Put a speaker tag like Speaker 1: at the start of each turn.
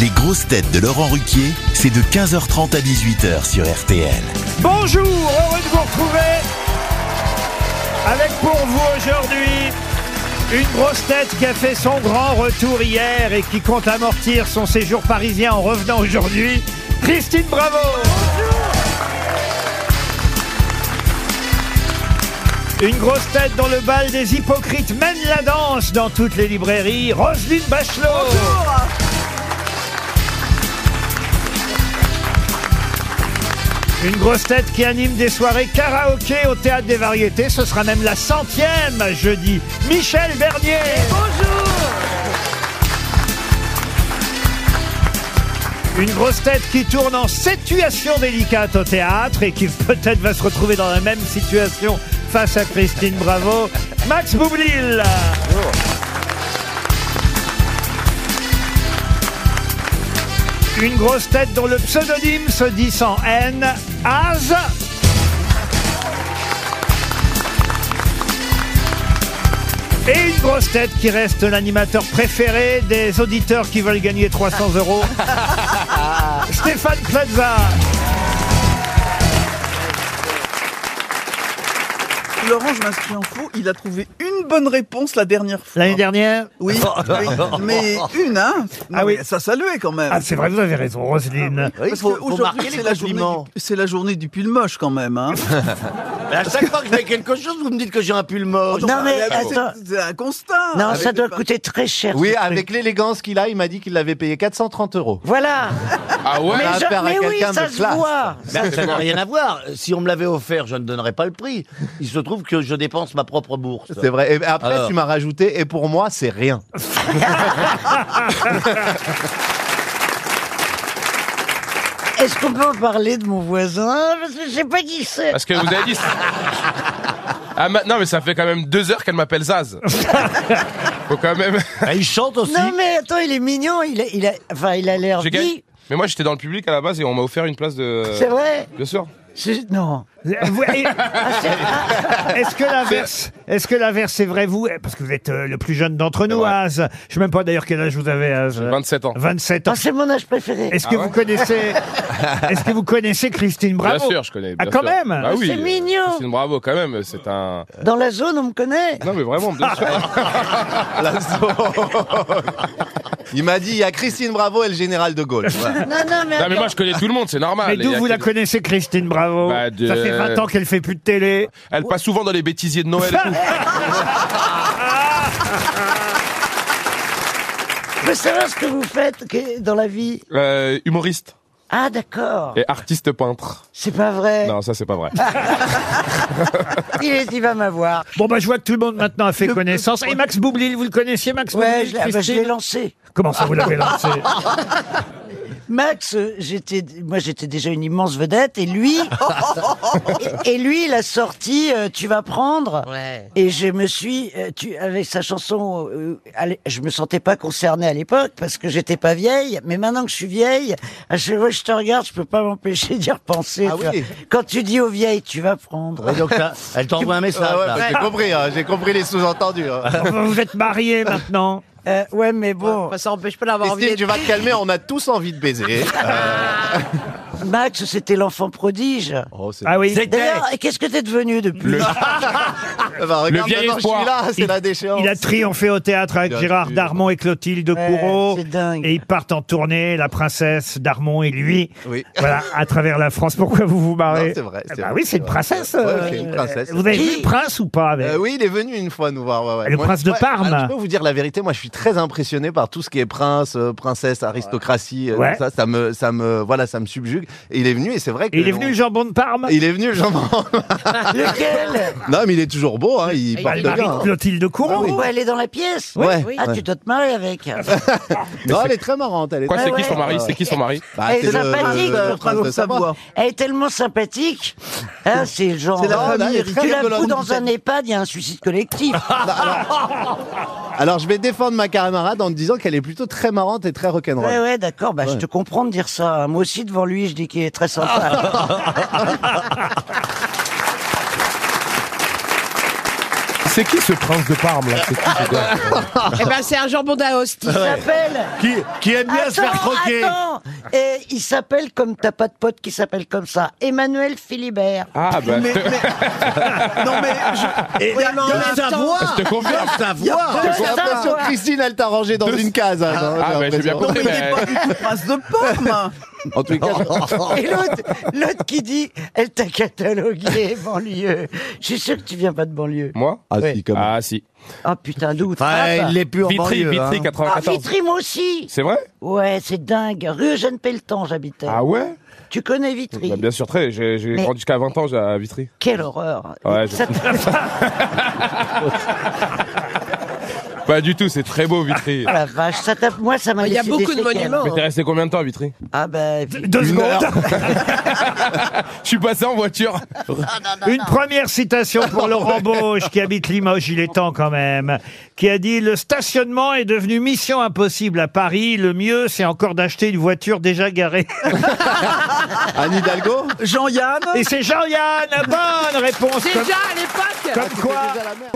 Speaker 1: Les grosses têtes de Laurent Ruquier, c'est de 15h30 à 18h sur RTL.
Speaker 2: Bonjour, heureux de vous retrouver avec pour vous aujourd'hui une grosse tête qui a fait son grand retour hier et qui compte amortir son séjour parisien en revenant aujourd'hui, Christine Bravo. Une grosse tête dans le bal des hypocrites mène la danse dans toutes les librairies, Roselyne Bachelot. Une grosse tête qui anime des soirées karaoké au théâtre des variétés. Ce sera même la centième jeudi. Michel Bernier. bonjour. Une grosse tête qui tourne en situation délicate au théâtre et qui peut-être va se retrouver dans la même situation face à Christine Bravo. Max Boublil. Une grosse tête dont le pseudonyme se dit sans haine, Az. Et une grosse tête qui reste l'animateur préféré des auditeurs qui veulent gagner 300 euros, Stéphane Plaza.
Speaker 3: Laurent, je m'inscris en faux. Il a trouvé une bonne réponse la dernière fois.
Speaker 2: L'année dernière
Speaker 3: Oui, oui, mais une, hein
Speaker 2: Ah oui.
Speaker 3: mais Ça saluait quand même.
Speaker 2: Ah, c'est vrai, vous avez raison, Roselyne.
Speaker 4: Ah,
Speaker 3: Parce que aujourd'hui, c'est la, journée du- c'est la journée du pull moche quand même. Hein.
Speaker 5: Mais à chaque fois que je fais quelque chose, vous me dites que j'ai un pull moche.
Speaker 6: Non, mais
Speaker 3: Ah, c'est-
Speaker 6: attends.
Speaker 3: C'est un constat.
Speaker 6: Non,
Speaker 3: Avec
Speaker 6: Ah, ça
Speaker 3: des
Speaker 6: doit
Speaker 3: pa-
Speaker 6: coûter très cher.
Speaker 5: Oui,
Speaker 6: ce truc.
Speaker 5: avec l'élégance qu'il
Speaker 7: Ah,
Speaker 5: a, il m'a dit qu'il l'avait payé 430 euros.
Speaker 6: Voilà.
Speaker 4: Ah ouais
Speaker 6: Mais,
Speaker 5: a
Speaker 6: je-
Speaker 5: affaire à
Speaker 6: mais oui,
Speaker 5: quelqu'un
Speaker 6: ça
Speaker 5: de
Speaker 6: se
Speaker 5: classe.
Speaker 6: voit.
Speaker 5: Mais ça n'a rien à voir. Si on me l'avait offert, je ne donnerais pas le prix. Il se trouve que je dépense ma propre bourse.
Speaker 7: C'est vrai. Et après,
Speaker 5: Alors.
Speaker 7: tu m'as rajouté, et pour moi, c'est rien.
Speaker 6: Est-ce qu'on peut en parler de mon voisin Parce que je sais pas qui c'est.
Speaker 4: Parce que vous avez dit. Ah, ma- non, mais ça fait quand même deux heures qu'elle m'appelle Zaz. Faut quand même.
Speaker 5: Ah, il chante aussi.
Speaker 6: Non, mais attends, il est mignon. Il a, il a, enfin, il a l'air
Speaker 4: J'ai gagné.
Speaker 6: dit.
Speaker 4: Mais moi, j'étais dans le public à la base et on m'a offert une place de.
Speaker 6: C'est vrai
Speaker 4: Bien sûr.
Speaker 6: C'est- Non.
Speaker 4: bah
Speaker 2: Vous- et- Est-ce que l'inverse est-ce que l'inverse est vrai, vous Parce que vous êtes euh, le plus jeune d'entre nous,
Speaker 4: vrai.
Speaker 2: Az. Je sais même pas d'ailleurs quel âge vous avez, Az.
Speaker 4: 27 ans.
Speaker 2: 27 ans.
Speaker 6: Ah, c'est mon âge préféré.
Speaker 2: Est-ce que
Speaker 4: Ah ouais
Speaker 2: vous connaissez Est-ce que vous connaissez Christine Bravo
Speaker 4: bien sûr, je connais.
Speaker 2: Ah,
Speaker 4: bien
Speaker 2: quand
Speaker 4: sûr.
Speaker 2: même
Speaker 4: Bah oui.
Speaker 6: C'est mignon.
Speaker 4: Christine Bravo, quand même. C'est un.
Speaker 6: Dans la zone, on me connaît.
Speaker 4: Non, mais vraiment, bien sûr.
Speaker 7: La zone. Il m'a dit, il y a Christine Bravo et le général de Gaulle. Voilà.
Speaker 6: Non, non, mais.
Speaker 4: Non, mais
Speaker 6: attends.
Speaker 4: moi, je connais tout le monde, c'est normal.
Speaker 2: Mais d'où
Speaker 4: Il y a
Speaker 2: vous la
Speaker 4: quel-
Speaker 2: connaissez, Christine Bravo
Speaker 4: Bah, de-
Speaker 2: Ça fait 20 ans qu'elle fait plus de télé.
Speaker 4: Elle passe souvent dans les bêtisiers de Noël et tout.
Speaker 6: Je veux savoir ce que vous faites que- dans la vie.
Speaker 4: Euh, humoriste
Speaker 6: Ah, d'accord.
Speaker 4: et artiste peintre.
Speaker 6: C'est pas vrai.
Speaker 4: Non, ça, c'est pas vrai.
Speaker 6: Il, est, il va m'avoir.
Speaker 2: Bon, bah, je vois que tout le monde maintenant a fait connaissance. Et Max Boublil, vous le connaissiez, Max
Speaker 6: Ouais,
Speaker 2: Boublil
Speaker 6: je l'ai ah, bah, je
Speaker 2: Christine
Speaker 6: l'ai lancé.
Speaker 2: Comment ça, vous l'avez lancé
Speaker 6: Max, euh, j'étais, moi j'étais déjà une immense vedette et lui, et, et lui il a sorti euh, Tu vas prendre. Et je me suis, euh, tu, avec sa chanson, euh, allez, je me sentais pas concernée à l'époque parce que j'étais pas vieille, mais maintenant que je suis vieille, à chaque fois que je te regarde, je peux pas m'empêcher d'y repenser.
Speaker 7: Ah
Speaker 6: tu vois.
Speaker 7: oui.
Speaker 6: Quand tu dis aux vieilles Tu vas prendre.
Speaker 5: Ouais, donc, ça- elle t'envoie un message.
Speaker 7: Ah ouais,
Speaker 5: là.
Speaker 7: bah, J'ai compris, hein, j'ai compris les sous-entendus. hein.
Speaker 2: Enfin, Vous êtes mariés maintenant.
Speaker 6: Euh, ouais, mais bon,
Speaker 8: ça empêche pas d'avoir envie
Speaker 7: Christine,
Speaker 8: d'être
Speaker 7: tu vas te calmer, on a tous envie de baiser. Ah,
Speaker 6: Max, c'était l'enfant prodige.
Speaker 7: Oh, c'est-
Speaker 2: Ah oui.
Speaker 6: D'ailleurs, qu'est-ce que t'es devenu depuis
Speaker 7: Bah, regarde,
Speaker 4: Le vieil
Speaker 7: maintenant, je
Speaker 4: espoir.
Speaker 7: suis là, c'est la déchéance.
Speaker 2: Il a triomphé au théâtre avec
Speaker 7: Bien
Speaker 2: Gérard
Speaker 7: sûr.
Speaker 2: Darmon et Clotilde
Speaker 6: Ouais,
Speaker 2: Courreau.
Speaker 6: c'est dingue.
Speaker 2: Et ils partent en tournée, la princesse, Darmon et lui.
Speaker 7: Oui.
Speaker 2: Voilà, à travers la France. Pourquoi vous vous marrez
Speaker 7: Non, c'est vrai, c'est
Speaker 2: Bah
Speaker 7: vrai,
Speaker 2: oui, c'est
Speaker 7: c'est
Speaker 2: une
Speaker 7: vrai.
Speaker 2: princesse.
Speaker 7: Ouais,
Speaker 2: euh,
Speaker 7: c'est une princesse.
Speaker 2: Vous avez
Speaker 6: Qui
Speaker 2: vu le prince ou pas avec-
Speaker 7: Euh, oui, il est venu une fois nous voir. ouais, ouais.
Speaker 2: Le
Speaker 7: Moi,
Speaker 2: prince de
Speaker 7: ouais,
Speaker 2: Parme.
Speaker 7: alors, je peux vous dire la vérité, moi je suis très impressionné par tout ce qui est prince, euh, princesse, aristocratie. euh,
Speaker 2: Ouais.
Speaker 7: tout Ça, ça me, ça me, voilà, ça me subjugue. Et il est venu et c'est vrai que.
Speaker 2: Et il est venu le jambon de Parme
Speaker 7: Il est venu, Jean.
Speaker 6: Lequel
Speaker 7: non, mais il est toujours beau, hein, il porte
Speaker 2: Elle
Speaker 7: bien.
Speaker 2: marie
Speaker 7: hein.
Speaker 2: Clotilde Courreau.
Speaker 6: Oh, elle est dans la pièce
Speaker 7: Ouais.
Speaker 6: Ah,
Speaker 7: Ouais. Ah,
Speaker 6: tu dois te marier avec.
Speaker 7: Non, elle est très marrante. Elle est
Speaker 4: Quoi,
Speaker 7: très...
Speaker 4: c'est qui
Speaker 6: ouais.
Speaker 4: son mari C'est qui son mari
Speaker 7: Bah,
Speaker 6: Elle est
Speaker 7: c'est le-
Speaker 6: sympathique,
Speaker 7: le- le
Speaker 6: euh,
Speaker 7: prince de
Speaker 3: Bravo
Speaker 7: Savoie.
Speaker 3: Savoie.
Speaker 6: Elle est tellement sympathique. Hein, c'est le genre.
Speaker 7: C'est la
Speaker 6: euh,
Speaker 7: famille
Speaker 6: tu la Ah,
Speaker 7: héritière de la
Speaker 6: fous dans un
Speaker 7: Rousseau.
Speaker 6: EHPAD, il y a un suicide collectif.
Speaker 7: Alors, je vais défendre ma camarade en me disant qu'elle est plutôt très marrante et très rock'n'roll.
Speaker 6: ouais, ouais, d'accord. Bah, je te comprends de dire ça. Moi aussi, devant lui, je dis qu'il est très sympa.
Speaker 8: C'est qui ce prince de Parme là C'est qui ce gars
Speaker 9: Eh ben, c'est un jambon d'Aoste.
Speaker 6: Il s'appelle.
Speaker 10: Qui, qui aime bien se faire
Speaker 6: Attends,
Speaker 10: croquer.
Speaker 6: attends. Et il s'appelle comme t'as pas de pote qui s'appelle comme ça. Emmanuel Philibert.
Speaker 4: Ah, bah.
Speaker 3: Mais- mais- non, mais je-
Speaker 10: Et
Speaker 3: Oui, mais en
Speaker 10: de
Speaker 3: même
Speaker 10: sa
Speaker 9: temps-
Speaker 10: voix.
Speaker 4: Je te confirme.
Speaker 10: De sa
Speaker 3: il y a
Speaker 10: voix.
Speaker 3: pas- pas-
Speaker 7: J'ai l'impression que Christine, elle t'a rangé dans une case. hein, j'ai
Speaker 4: Ah, bah, j'ai bien
Speaker 7: l'impression.
Speaker 3: non, mais
Speaker 4: compris.
Speaker 3: il n'est pas du
Speaker 4: mais-
Speaker 3: tout prince de Parme.
Speaker 7: En tout cas,
Speaker 6: Et l'autre, l'autre qui dit, elle t'a catalogué, banlieue. Je suis sûr que tu viens pas de banlieue.
Speaker 4: Moi
Speaker 7: ah, si, quand même.
Speaker 4: Ah, si.
Speaker 6: Ah putain, d'où
Speaker 10: Ah,
Speaker 6: Ah, bah.
Speaker 10: il l'est plus en
Speaker 4: Vitry,
Speaker 10: banlieue, hein.
Speaker 4: Vitry,
Speaker 6: Ah,
Speaker 4: 94.
Speaker 6: Vitry, moi aussi.
Speaker 4: C'est vrai
Speaker 6: Ouais, c'est dingue. Rue Eugène Pelletan, j'habitais.
Speaker 4: Ah ouais
Speaker 6: Tu connais Vitry
Speaker 4: Bah, Bien sûr, très. J'ai j'ai
Speaker 6: Mais-
Speaker 4: grandi jusqu'à 20 ans j'ai- à Vitry.
Speaker 6: Quelle horreur.
Speaker 4: Ouais, je-
Speaker 6: Ça te-
Speaker 4: Pas du tout, c'est très beau, Vitry.
Speaker 6: Oh la vache, ça t'a- moi ça m'a
Speaker 9: Il y a
Speaker 6: laissé des
Speaker 9: beaucoup de
Speaker 6: séquelles.
Speaker 9: monuments. hein.
Speaker 4: Mais t'es resté combien de temps à Vitry
Speaker 6: Ah bah, vi-
Speaker 2: Deux secondes.
Speaker 4: Je suis passé en voiture.
Speaker 2: Une première citation pour Laurent Bauche, qui habite Limoges, il est temps quand même, qui a dit « Le stationnement est devenu mission impossible à Paris. Le mieux, c'est encore d'acheter une voiture déjà garée.
Speaker 7: Anne Hidalgo
Speaker 3: Jean-Yann »
Speaker 2: Et c'est Jean-Yann Bonne réponse
Speaker 9: Déjà
Speaker 2: comme,
Speaker 9: à l'époque.
Speaker 2: comme quoi